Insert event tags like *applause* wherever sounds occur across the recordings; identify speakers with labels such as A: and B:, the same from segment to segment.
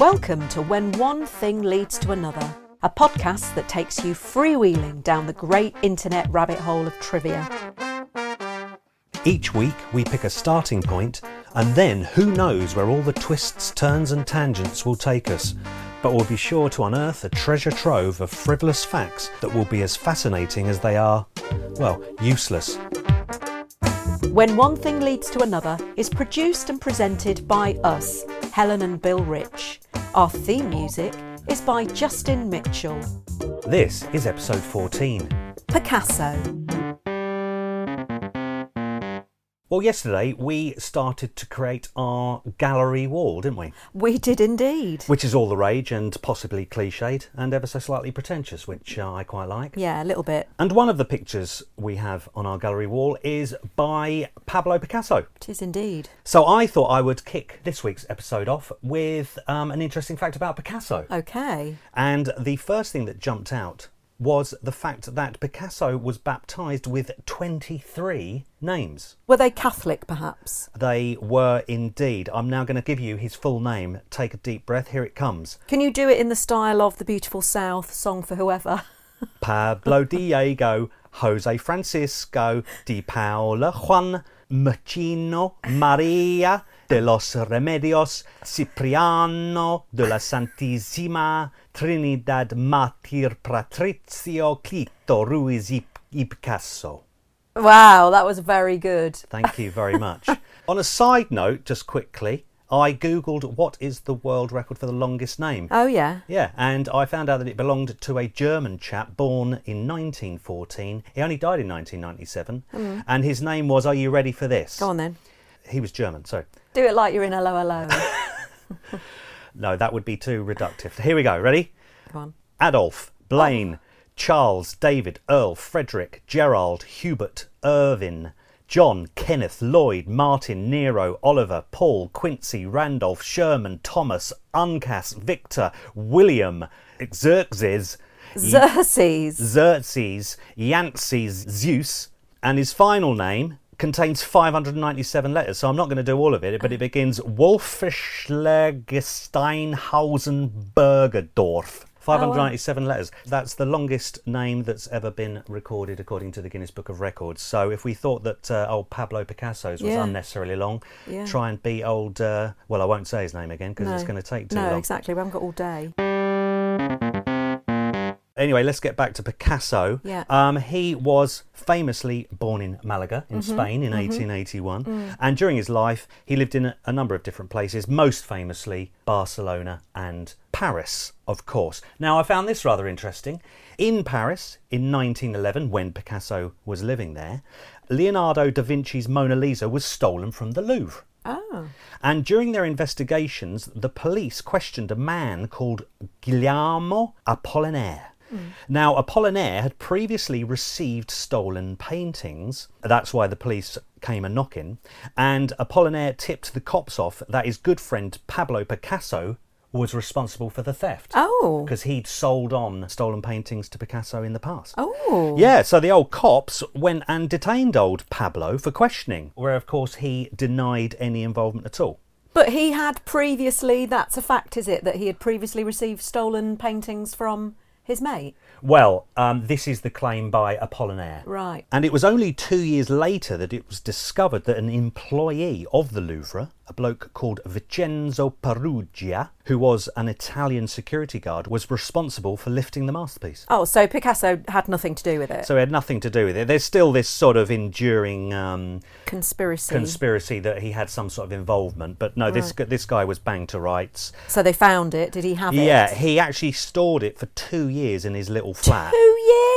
A: Welcome to When One Thing Leads to Another, a podcast that takes you freewheeling down the great internet rabbit hole of trivia.
B: Each week, we pick a starting point, and then who knows where all the twists, turns, and tangents will take us. But we'll be sure to unearth a treasure trove of frivolous facts that will be as fascinating as they are, well, useless.
A: When One Thing Leads to Another is produced and presented by us, Helen and Bill Rich. Our theme music is by Justin Mitchell.
B: This is episode 14.
A: Picasso.
B: Well, yesterday we started to create our gallery wall, didn't we?
A: We did indeed.
B: Which is all the rage and possibly cliched and ever so slightly pretentious, which uh, I quite like.
A: Yeah, a little bit.
B: And one of the pictures we have on our gallery wall is by Pablo Picasso.
A: It is indeed.
B: So I thought I would kick this week's episode off with um, an interesting fact about Picasso.
A: Okay.
B: And the first thing that jumped out was the fact that Picasso was baptized with 23 names.
A: Were they Catholic, perhaps?
B: They were indeed. I'm now going to give you his full name. Take a deep breath. Here it comes.
A: Can you do it in the style of the Beautiful South song for whoever? *laughs*
B: Pablo Diego, Jose Francisco, Di Paola Juan, Machino Maria de los Remedios, Cipriano de la Santísima Trinidad Martir Patrizio Clito Ruiz y, y Picasso.
A: Wow, that was very good.
B: Thank you very much. On a side note, just quickly, I googled what is the world record for the longest name.
A: Oh, yeah.
B: Yeah, and I found out that it belonged to a German chap born in 1914. He only died in 1997, and his name was. Are you ready for this?
A: Hmm. Go on then.
B: He was German, so
A: Do it like you're in Hello Hello.
B: no, that would be too reductive. Here we go. Ready?
A: *laughs* Go *laughs* on.
B: Adolf, Blaine, Charles, David, Earl, Frederick, Gerald, Hubert, Irvin, John, Kenneth, Lloyd, Martin, Nero, Oliver, Paul, Quincy, Randolph, Sherman, Thomas, Uncas, Victor, William, Xerxes,
A: Mm. Xerxes.
B: Xerxes, Yancey's Zeus, and his final name contains 597 letters. So I'm not going to do all of it, but it begins Wolfenschlägersteinhausenbergerdorf. 597 letters. That's the longest name that's ever been recorded according to the Guinness Book of Records. So if we thought that uh, old Pablo Picasso's was
A: Yeah.
B: unnecessarily long,
A: Yeah.
B: try and be old. Uh, well, I won't say his name again because it's going to take too
A: no,
B: long.
A: exactly. We haven't got all day.
B: Anyway, let's get back to Picasso.
A: Yeah.
B: Um, he was famously born in Malaga in Spain in 1881, and during his life, he lived in a, a number of different places, most famously Barcelona and Paris, of course. Now, I found this rather interesting. In Paris in 1911, when Picasso was living there, Leonardo da Vinci's Mona Lisa was stolen from the Louvre.
A: Oh.
B: And during their investigations, the police questioned a man called Guillermo Apollinaire. Now, Apollinaire had previously received stolen paintings. That's why the police came a knocking. And Apollinaire tipped the cops off that his good friend Pablo Picasso was responsible for the theft.
A: Oh.
B: Because he'd sold on stolen paintings to Picasso in the past.
A: Oh.
B: Yeah, so the old cops went and detained old Pablo for questioning, where of course he denied any involvement at all.
A: But he had previously, that's a fact, is it, that he had previously received stolen paintings from his mate?
B: Well, um, this is the claim by Apollinaire.
A: Right.
B: And it was only two years later that it was discovered that an employee of the Louvre, a bloke called Vincenzo Perugia, who was an Italian security guard, was responsible for lifting the masterpiece.
A: Oh, so Picasso had nothing to do with it.
B: So it had nothing to do with it. There's still this sort of enduring
A: Mm.
B: um,
A: Conspiracy.
B: conspiracy that he had some sort of involvement, but no, this this this guy was banged to rights.
A: so they found it. Did he have it?
B: Yeah, he actually stored it for two years in his little flat.
A: Two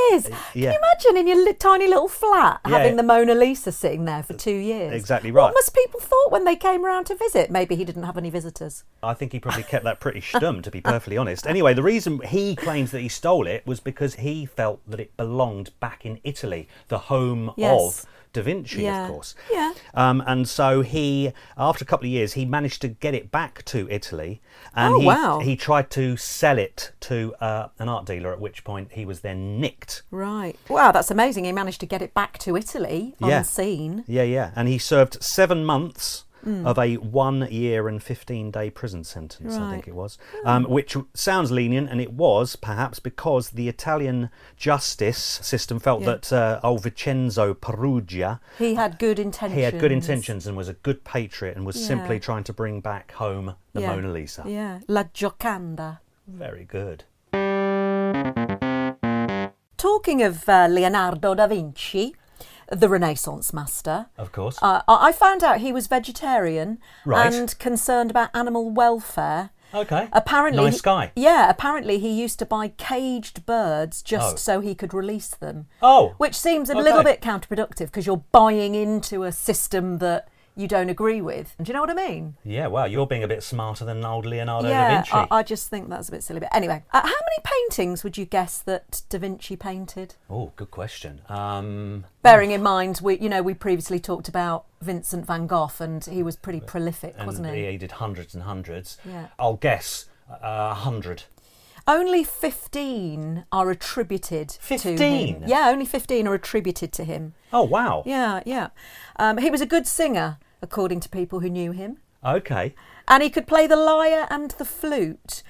A: years. Can
B: yeah.
A: you imagine in your li- tiny little flat
B: Yeah.
A: having the Mona Lisa sitting there for two years? *laughs*
B: Exactly right.
A: What must people thought when they came around to visit? Maybe he didn't have any visitors.
B: I think he probably kept that pretty stum, to be perfectly honest. Anyway, the reason he claims that he stole it was because he felt that it belonged back in Italy, the home
A: Yes.
B: of Da Vinci,
A: Yeah.
B: of course.
A: Yeah.
B: Um, and so he, after a couple of years, he managed to get it back to Italy, and
A: Oh,
B: he,
A: wow.
B: he tried to sell it to uh, an art dealer. At which point, he was then nicked.
A: Right. Wow, that's amazing. He managed to get it back to Italy
B: Yeah.
A: unseen.
B: Yeah, yeah. And he served seven months
A: Hmm.
B: of a one year and 15 day prison sentence, I think
A: Right.
B: it was, um, which sounds lenient, and it was perhaps because the Italian justice system felt
A: Yeah.
B: that uh, old Vincenzo Perugia.
A: He had good intentions.
B: He had good intentions and was a good patriot and was
A: Yeah.
B: simply trying to bring back home the
A: Yeah.
B: Mona Lisa.
A: Yeah. La Gioconda.
B: Very good.
A: Talking of uh, Leonardo da Vinci, the Renaissance master,
B: Of course.
A: uh, I I found out he was vegetarian
B: Right.
A: and concerned about animal welfare.
B: okay.
A: Apparently,
B: Nice
A: he-
B: guy.
A: Yeah, apparently he used to buy caged birds just
B: Oh.
A: so he could release them,
B: Oh.
A: which seems a
B: Okay.
A: little bit counterproductive because you're buying into a system that you don't agree with. Do you know what I mean?
B: Yeah, wow, you're being a bit smarter than old Leonardo da
A: yeah, uh,
B: Vinci.
A: I, I just think that's a bit silly. But anyway, uh, how many paintings would you guess that Da Vinci painted?
B: oh, good question. Um,
A: Bearing in mind, we you know we previously talked about Vincent van Gogh, and he was pretty prolific,
B: and
A: wasn't he?
B: he did hundreds and hundreds.
A: Yeah.
B: I'll guess uh, 100.
A: Only 15 are attributed to him.
B: 15?
A: Yeah, only 15 are attributed to him.
B: Oh, wow.
A: Yeah, yeah. Um, he was a good singer, according to people who knew him.
B: Okay.
A: And he could play the lyre and the flute.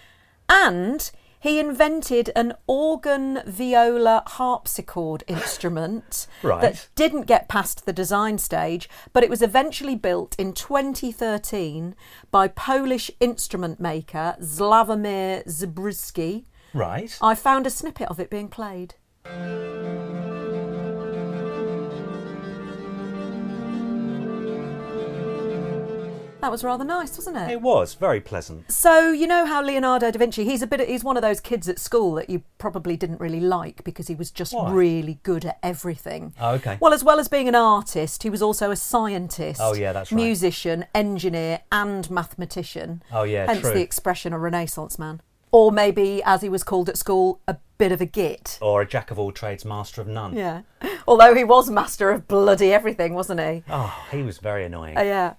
A: And he invented an organ viola harpsichord instrument
B: Right.
A: that didn't get past the design stage, but it was eventually built in 2013 by Polish instrument maker Sławomir Zabryski.
B: Right.
A: I found a snippet of it being played. That was rather nice, wasn't it?
B: It was very pleasant.
A: So you know how Leonardo da Vinci, he's a bit he's one of those kids at school that you probably didn't really like because he was just
B: Why?
A: really good at everything.
B: Oh, okay.
A: Well, as well as being an artist, he was also a scientist.
B: Oh, yeah, that's right.
A: Musician, engineer, and mathematician.
B: Oh, yeah,
A: Hence
B: true.
A: the expression a Renaissance man. Or maybe, as he was called at school, a bit of a git.
B: Or a jack of all trades, master of none.
A: Yeah. *laughs* Although he was master of bloody everything, wasn't he?
B: Oh, he was very annoying.
A: Uh, yeah.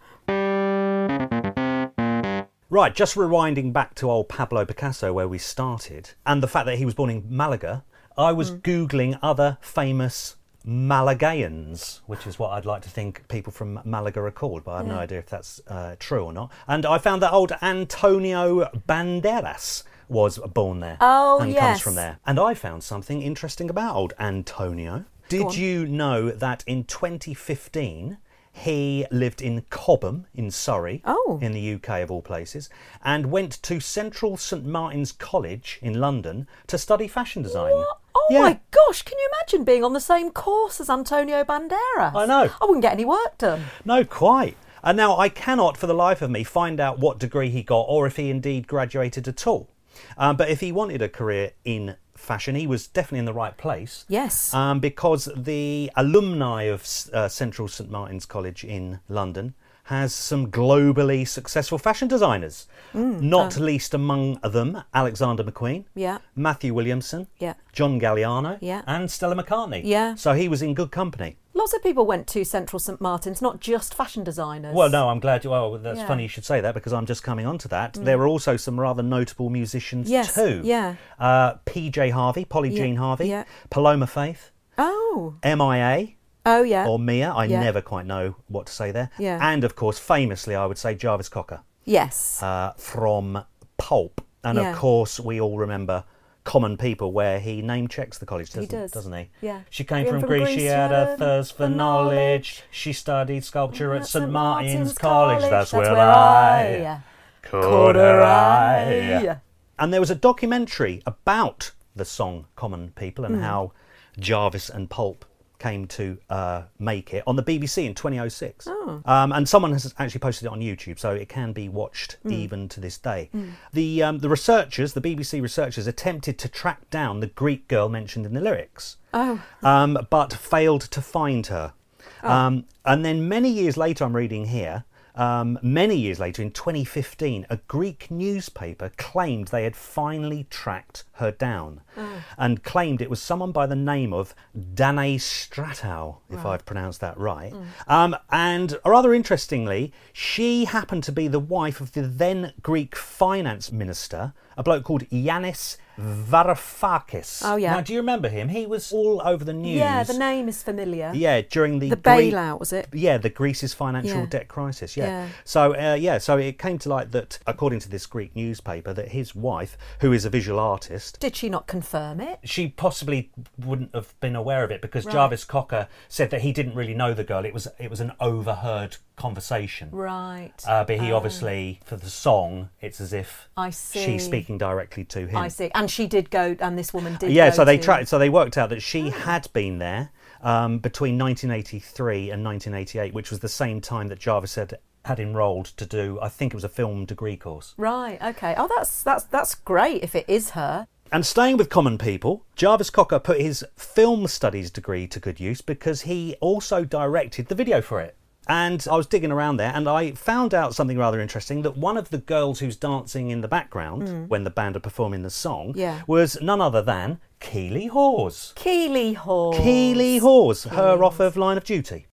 B: Right, just rewinding back to old Pablo Picasso where we started and the fact that he was born in Malaga, I was
A: Mm.
B: Googling other famous Malagayans, which is what I'd like to think people from Malaga are called, but I have no idea if that's uh, true or not. And I found that old Antonio Banderas was born there
A: Oh,
B: and
A: yes.
B: comes from there. And I found something interesting about old Antonio.
A: on.
B: Did you know that in 2015 he lived in Cobham in Surrey?
A: Oh.
B: in the UK of all places, and went to Central St Martin's College in London to study fashion design.
A: What? Oh
B: Yeah.
A: my gosh, can you imagine being on the same course as Antonio Banderas?
B: I know.
A: I wouldn't get any work done.
B: No, quite. And now I cannot, for the life of me, find out what degree he got or if he indeed graduated at all. Um, but if he wanted a career in fashion, he was definitely in the right place.
A: Yes.
B: Um, because the alumni of uh, Central St Martin's College in London has some globally successful fashion designers,
A: Mm,
B: not
A: oh.
B: least among them Alexander McQueen,
A: Yeah.
B: Matthew Williamson,
A: Yeah.
B: John Galliano,
A: Yeah.
B: and Stella McCartney.
A: Yeah.
B: So he was in good company.
A: Lots of people went to Central St Martin's, not just fashion designers.
B: Well, no, I'm glad you. Well, that's
A: Yeah. Mm.
B: funny you should say that because I'm just coming on to that. There were also some rather notable musicians
A: Yes,
B: too.
A: yeah.
B: Uh, P.J. Harvey, Polly
A: Yeah,
B: Jean Harvey,
A: yeah.
B: Paloma Faith,
A: Oh.
B: M.I.A.
A: Oh, yeah.
B: or Mia. I
A: Yeah.
B: never quite know what to say there.
A: Yeah.
B: And of course, famously, I would say Jarvis Cocker
A: yes.
B: uh, from Pulp, and
A: Yeah.
B: of course, we all remember. Common people, where he name checks the college, doesn't,
A: does.
B: doesn't he?
A: Yeah.
B: She came
A: Came
B: from,
A: from
B: Greece,
A: Greece,
B: She had
A: yeah,
B: a thirst for
A: for
B: knowledge.
A: knowledge.
B: She studied sculpture at
A: At
B: St Martin's, College. That's, where, I
A: caught her eye.
B: and there was a documentary about the song Common People and how Jarvis and Pulp came to uh, make it on the BBC in 2006. Um, and someone has actually posted it on YouTube, so it can be watched even to this day. The, um, the researchers, the BBC researchers, attempted to track down the Greek girl mentioned in the lyrics,
A: Oh.
B: um, but failed to find her. Um, and then many years later, I'm reading here, um, many years later, in 2015, a Greek newspaper claimed they had finally tracked her down
A: Oh.
B: and claimed it was someone by the name of Danae Stratow, if I've pronounced that right.
A: Mm.
B: Um, and rather interestingly, she happened to be the wife of the then Greek finance minister, a bloke called Yanis Varoufakis.
A: Oh, yeah.
B: Now, do you remember him? He was all over the news.
A: Yeah, the name is familiar.
B: Yeah, during the
A: The
B: Greek-
A: bailout, was it?
B: yeah, the Greece's financial
A: Yeah.
B: debt crisis. Yeah.
A: Yeah.
B: So uh, yeah, so it came to light that, according to this Greek newspaper, that his wife, who is a visual artist,
A: Did she not confirm it?
B: she possibly wouldn't have been aware of it because
A: Right.
B: Jarvis Cocker said that he didn't really know the girl. It was it was an overheard conversation.
A: Right. Ah.
B: Uh, but he obviously, for the song, it's as if
A: I see.
B: she's speaking directly to him.
A: I see. And she did go, and this woman did.
B: Yeah,
A: go
B: so they
A: to- Oh.
B: tried. So they worked out that she had been there um, between 1983 and 1988, which was the same time that Jarvis had had enrolled to do. I think it was a film degree course.
A: Right. Okay. Oh, that's that's that's great. If it is her,
B: And staying with common people, Jarvis Cocker put his film studies degree to good use because he also directed the video for it. And I was digging around there and I found out something rather interesting that one of the girls who's dancing in the background when the band are performing the song
A: Mm. Yeah.
B: was none other than Keely Hawes.
A: Keely Hall.
B: Keely Hawes, her off of Line of Duty.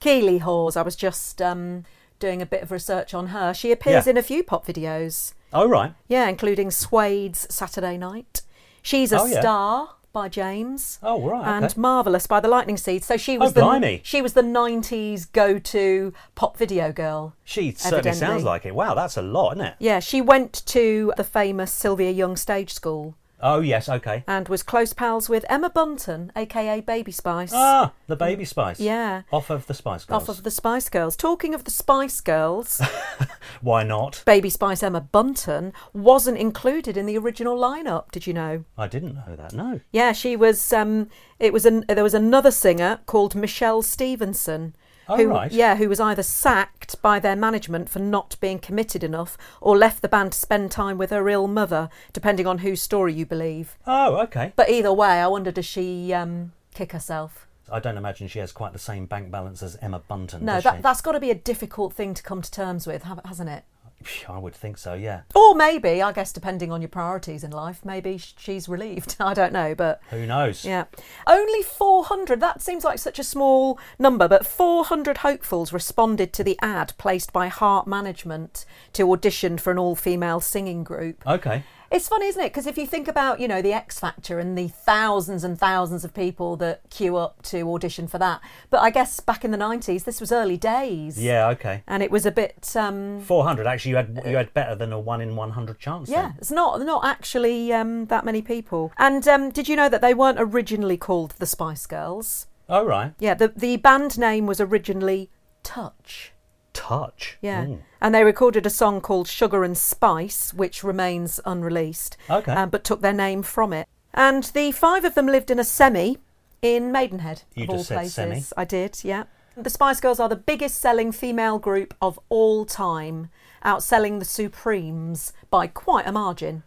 A: Keely Hawes. I was just um, doing a bit of research on her. She appears
B: Yeah.
A: in a few pop videos.
B: Oh, right.
A: Yeah, including Suede's Saturday Night. She's a
B: Oh, yeah.
A: star by James.
B: Oh, right,
A: And
B: okay.
A: Marvelous by the Lightning Seed. So she was
B: Oh,
A: the
B: blimey.
A: she was the 90s go-to pop video girl.
B: She certainly
A: Evidently.
B: sounds like it. Wow, that's a lot, isn't it?
A: Yeah, she went to the famous Sylvia Young Stage School
B: Oh, yes, okay.
A: and was close pals with Emma Bunton, aka Baby Spice.
B: Ah, the Baby Spice.
A: Yeah.
B: Off of the Spice Girls.
A: Off of the Spice Girls. Talking of the Spice
B: *laughs*
A: Girls,
B: Why not?
A: Baby Spice Emma Bunton wasn't included in the original lineup. Did you know?
B: I didn't know that, no.
A: Yeah, she was. Um, it was an, there was another singer called Michelle Stevenson.
B: Oh,
A: who,
B: right.
A: Yeah, who was either sacked by their management for not being committed enough or left the band to spend time with her ill mother, depending on whose story you believe.
B: Oh, okay.
A: But either way, I wonder does she um, kick herself?
B: I don't imagine she has quite the same bank balance as Emma Bunton.
A: No,
B: does
A: that,
B: she?
A: that's got to be a difficult thing to come to terms with, ha- hasn't it?
B: Phew, I would think so, yeah.
A: Or maybe, I guess, depending on your priorities in life, maybe sh- she's relieved. *laughs* I don't know, but
B: Who knows?
A: Yeah. Only 400, that seems like such a small number, but 400 hopefuls responded to the ad placed by Heart Management to audition for an all female singing group.
B: Okay.
A: It's funny, isn't it? Because if you think about, you know, the X Factor and the thousands and thousands of people that queue up to audition for that. But I guess back in the 90s, this was early days.
B: Yeah, okay.
A: And it was a bit, um,
B: 400, actually, you had you had better than a 1 in 100 chance.
A: yeah,
B: then.
A: it's not not actually um, that many people. And um, did you know that they weren't originally called the Spice Girls?
B: Oh, right.
A: Yeah, the, the band name was originally Touch.
B: Touch.
A: Yeah.
B: Mm.
A: And they recorded a song called Sugar and Spice, which remains unreleased,
B: Okay.
A: um, but took their name from it. And the five of them lived in a semi in Maidenhead,
B: You
A: of
B: just
A: all
B: said
A: places.
B: semi.
A: I did, yeah. The Spice Girls are the biggest selling female group of all time, outselling the Supremes by quite a margin.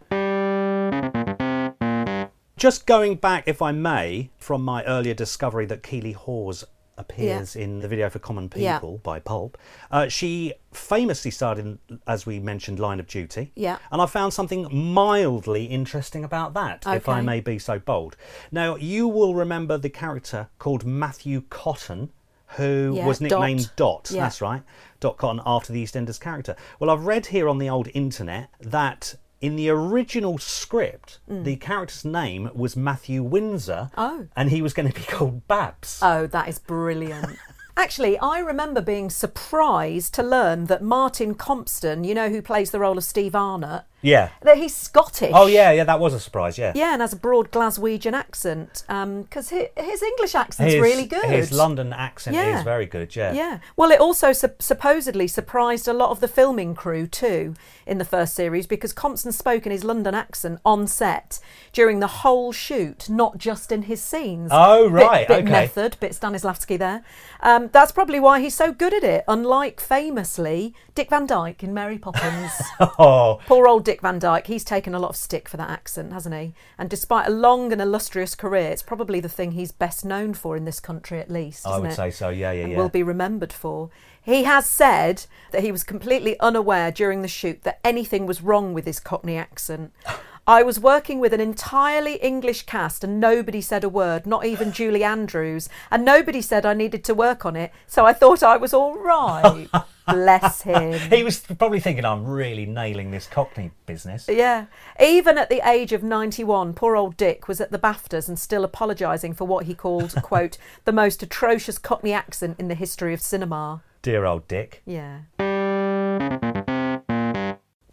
B: Just going back, if I may, from my earlier discovery that Keely Hawes appears in the video for Common
A: Yeah.
B: People by Pulp, uh, she famously starred in, as we mentioned, Line of Duty.
A: Yeah.
B: And I found something mildly interesting about that, if I
A: Okay.
B: may be so bold. Now, you will remember the character called Matthew Cotton. Who
A: Yeah,
B: was nicknamed Dot?
A: Dot. Yeah.
B: That's right, Dot Cotton after the EastEnders character. Well, I've read here on the old internet that in the original script, the character's name was Matthew Windsor,
A: Mm. Oh.
B: and he was going to be *laughs* called Babs.
A: Oh, that is
B: *laughs*
A: brilliant. Actually, I remember being surprised to learn that Martin Compston, you know, who plays the role of Steve Arnott,
B: yeah.
A: that he's Scottish.
B: Oh yeah, yeah. That was a surprise. Yeah.
A: Yeah, and has a broad Glaswegian accent. Because his English accent's
B: His-
A: really good.
B: His London accent
A: Yeah.
B: is very good.
A: Yeah. Well, it also su- supposedly surprised a lot of the filming crew too in the first series because Compton spoke in his London accent on set during the whole shoot, not just in his scenes.
B: Oh,
A: Bit-
B: right,
A: Bit,
B: okay.
A: method, bit Stanislavski there. Um, that's probably why he's so good at it. Unlike famously Dick Van Dyke in Mary
B: *laughs*
A: Poppins.
B: Oh,
A: Poor old Dick Van Dyke, he's taken a lot of stick for that accent, hasn't he? And despite a long and illustrious career, it's probably the thing he's best known for in this country, at least.
B: I
A: isn't
B: would
A: it?
B: say so. Yeah, yeah,
A: and
B: yeah.
A: will be remembered for. He has said that he was completely unaware during the shoot that anything was wrong with his Cockney accent. I was working with an entirely English cast and nobody said a word, not even Julie Andrews, and nobody said I needed to work on it, so I thought I was all right. Bless him.
B: He was probably thinking, I'm really nailing this Cockney business.
A: Yeah. Even at the age of 91, poor old Dick was at the BAFTAs and still apologising for what he called, quote, the most atrocious Cockney accent in the history of cinema.
B: Dear old Dick.
A: Yeah.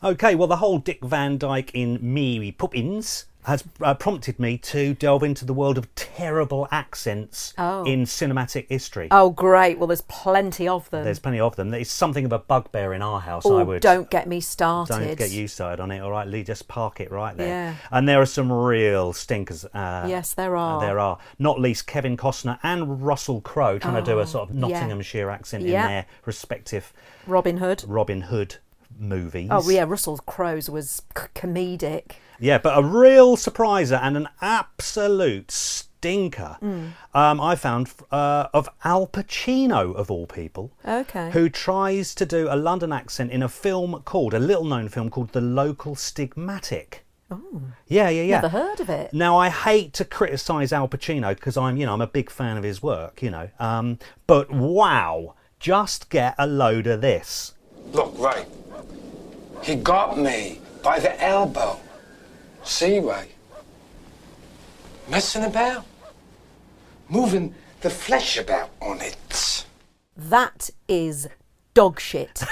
B: Okay, well, the whole Dick Van Dyke in Mary Poppins has uh, prompted me to delve into the world of terrible accents
A: Oh.
B: in cinematic history.
A: Oh, great. Well, there's plenty of them.
B: There's plenty of them. It's something of a bugbear in our house,
A: oh,
B: I would.
A: don't get me started.
B: Don't get you started on it, all right, Lee? Just park it right there.
A: Yeah.
B: And there are some real stinkers. Uh,
A: Yes, there
B: uh,
A: are.
B: There are. Not least Kevin Costner and Russell Crowe trying to do a sort of
A: Oh, yeah.
B: Nottinghamshire accent
A: Yeah.
B: in their respective
A: Robin Hood.
B: Robin Hood movies.
A: Oh, yeah. Russell Crowe's was c- comedic.
B: Yeah, but a real surpriser and an absolute stinker
A: Hmm.
B: um, I found uh, of Al Pacino, of all people,
A: Okay.
B: who tries to do a London accent in a film called, a little known film called The Local Stigmatic. Oh. Yeah, yeah, yeah.
A: Never heard of it.
B: Now I hate to criticise Al Pacino because I'm, you know, I'm a big fan of his work, you know. Um, but wow, just get a load of this.
C: Look, Ray. He got me by the elbow. See, Ray? Messing about. Moving the flesh about on it.
A: That is dog
B: *laughs*
A: shit.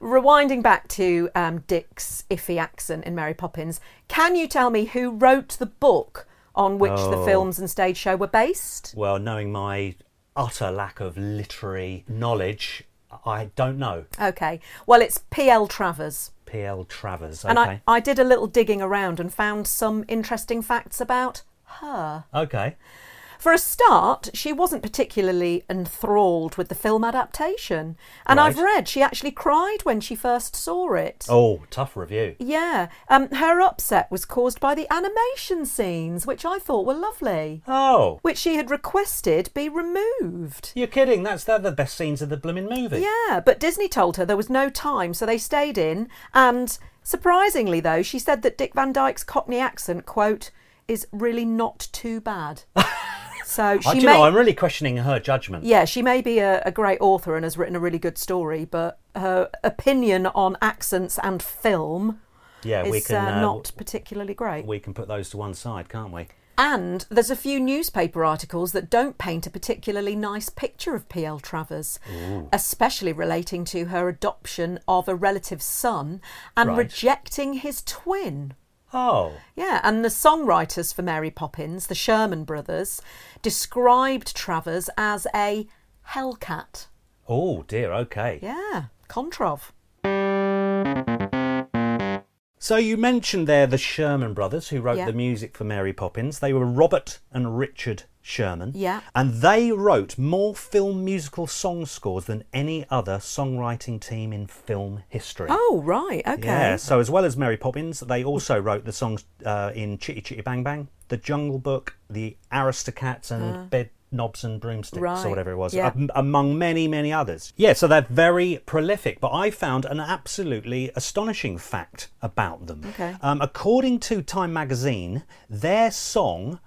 A: Rewinding back to um, Dick's iffy accent in Mary Poppins, can you tell me who wrote the book on which the
B: Oh.
A: films and stage show were based?
B: Well, knowing my utter lack of literary knowledge, I don't know.
A: Okay, well, it's P.L. Travers.
B: P.L. Travers.
A: And
B: Okay.
A: I, I did a little digging around and found some interesting facts about her.
B: Okay.
A: For a start, she wasn't particularly enthralled with the film adaptation. And I've
B: Right.
A: read she actually cried when she first saw it.
B: Oh, tough review.
A: Yeah, um, her upset was caused by the animation scenes, which I thought were lovely,
B: Oh,
A: which she had requested be removed.
B: you're kidding. That's they're the best scenes of the blooming movie.
A: Yeah, but Disney told her there was no time, so they stayed in. And surprisingly, though, she said that Dick Van Dyke's Cockney accent, quote, is really not too
B: *laughs*
A: bad. so
B: I, Uh, do
A: she
B: you know,
A: may,
B: I'm really questioning her judgment.
A: yeah, she may be a, a great author and has written a really good story, but her opinion on accents and film
B: Yeah, we
A: is
B: can
A: uh,
B: uh,
A: not particularly great.
B: we can put those to one side, can't we?
A: And there's a few newspaper articles that don't paint a particularly nice picture of P.L. Travers, especially relating to her adoption of a relative's son and
B: Right.
A: rejecting his twin.
B: Oh,
A: Yeah, and the songwriters for Mary Poppins, the Sherman brothers, described Travers as a hellcat.
B: oh dear. Okay.
A: Yeah, controv.
B: So you mentioned there the Sherman brothers who wrote
A: Yeah.
B: the music for Mary Poppins. They were Robert and Richard Sherman.
A: Yeah.
B: And they wrote more film musical song scores than any other songwriting team in film history.
A: Oh, right, okay.
B: Yeah, so as well as Mary Poppins, they also wrote the songs uh, in Chitty Chitty Bang Bang, The Jungle Book, The Aristocats, and Bed Knobs and Broomsticks,
A: Ah. Right,
B: or whatever it was,
A: yeah.
B: am- among many, many others. Yeah, so they're very prolific, but I found an absolutely astonishing fact about them.
A: Okay.
B: Um, according to Time magazine, their song,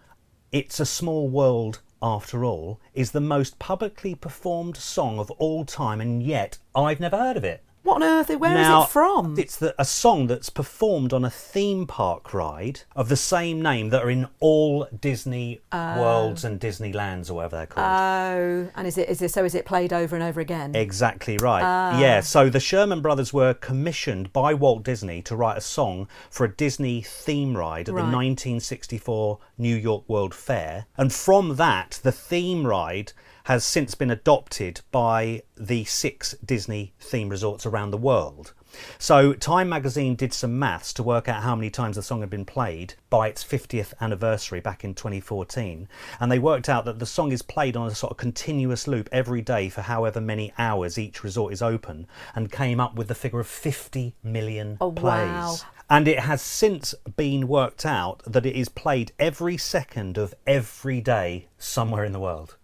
B: It's a Small World After All, is the most publicly performed song of all time, and yet I've never heard of it.
A: What on earth, Where is
B: Now,
A: it from?
B: It's the, a song that's performed on a theme park ride of the same name that are in all Disney worlds and Disneylands or whatever they're called.
A: Oh, and is it, is it, so is it played over and over again?
B: Exactly right.
A: Ah.
B: yeah, so the Sherman brothers were commissioned by Walt Disney to write a song for a Disney theme ride at
A: Right.
B: the 1964 New York World Fair. And from that, the theme ride has since been adopted by the six Disney theme resorts around the world. So, Time magazine did some maths to work out how many times the song had been played by its 50th anniversary back in 2014. And they worked out that the song is played on a sort of continuous loop every day for however many hours each resort is open and came up with the figure of 50 million
A: Oh,
B: plays.
A: wow.
B: And it has since been worked out that it is played every second of every day somewhere in the world.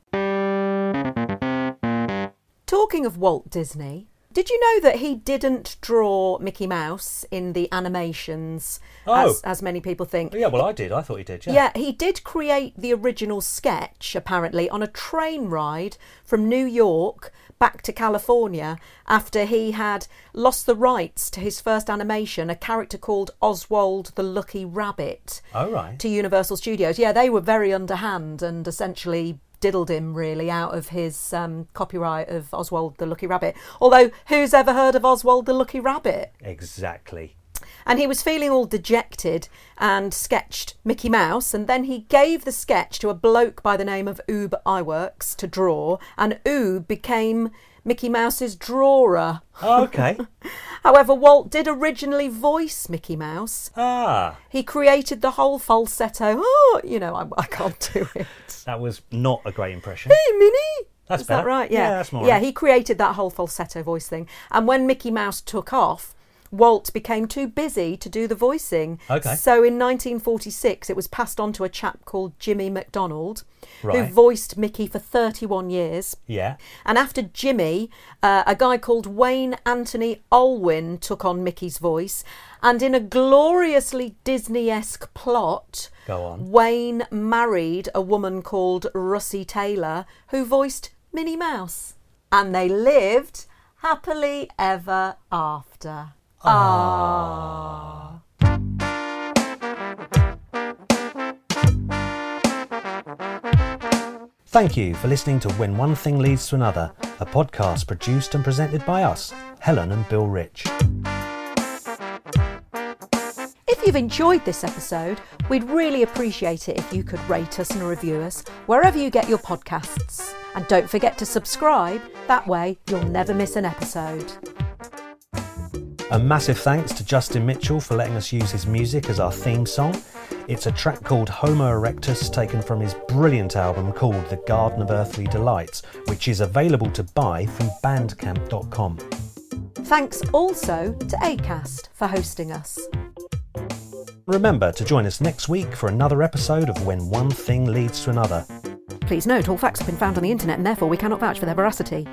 A: Talking of Walt Disney, Did you know that he didn't draw Mickey Mouse in the animations,
B: Oh.
A: as, as many people think?
B: Yeah, well, I did. I thought he did. Yeah.
A: Yeah, he did create the original sketch, apparently, on a train ride from New York back to California after he had lost the rights to his first animation, a character called Oswald the Lucky Rabbit,
B: Oh right.
A: to Universal Studios. Yeah, they were very underhand and essentially diddled him really out of his um, copyright of Oswald the Lucky Rabbit. Although, who's ever heard of Oswald the Lucky Rabbit? *laughs*
B: Exactly.
A: And he was feeling all dejected and sketched Mickey Mouse. And then he gave the sketch to a bloke by the name of Oob Iwerks to draw. And Oob became Mickey Mouse's drawer.
B: Okay.
A: However, Walt did originally voice Mickey Mouse.
B: ah,
A: He created the whole falsetto, *laughs* oh, you know, I, I can't do it.
B: that was not a great impression.
A: Hey, Minnie!
B: That's
A: Is that
B: better.
A: right? Yeah.
B: Yeah, that's more
A: Yeah,
B: right.
A: he created that whole falsetto voice thing. And when Mickey Mouse took off, Walt became too busy to do the voicing.
B: Okay.
A: So in 1946, it was passed on to a chap called Jimmy MacDonald,
B: Right.
A: who voiced Mickey for 31 years.
B: Yeah.
A: And after Jimmy, uh, a guy called Wayne Anthony Olwyn took on Mickey's voice. And in a gloriously Disney esque plot,
B: Go on.
A: Wayne married a woman called Russie Taylor who voiced Minnie Mouse. And they lived happily ever after. Ah.
B: Thank you for listening to When One Thing Leads to Another, a podcast produced and presented by us, Helen and Bill Rich.
A: If you've enjoyed this episode, we'd really appreciate it if you could rate us and review us wherever you get your podcasts. And don't forget to subscribe, that way, you'll never miss an episode.
B: A massive thanks to Justin Mitchell for letting us use his music as our theme song. It's a track called Homo Erectus, taken from his brilliant album called The Garden of Earthly Delights, which is available to buy from bandcamp.com.
A: Thanks also to ACAST for hosting us.
B: Remember to join us next week for another episode of When One Thing Leads to Another.
A: Please note, all facts have been found on the internet and therefore we cannot vouch for their veracity.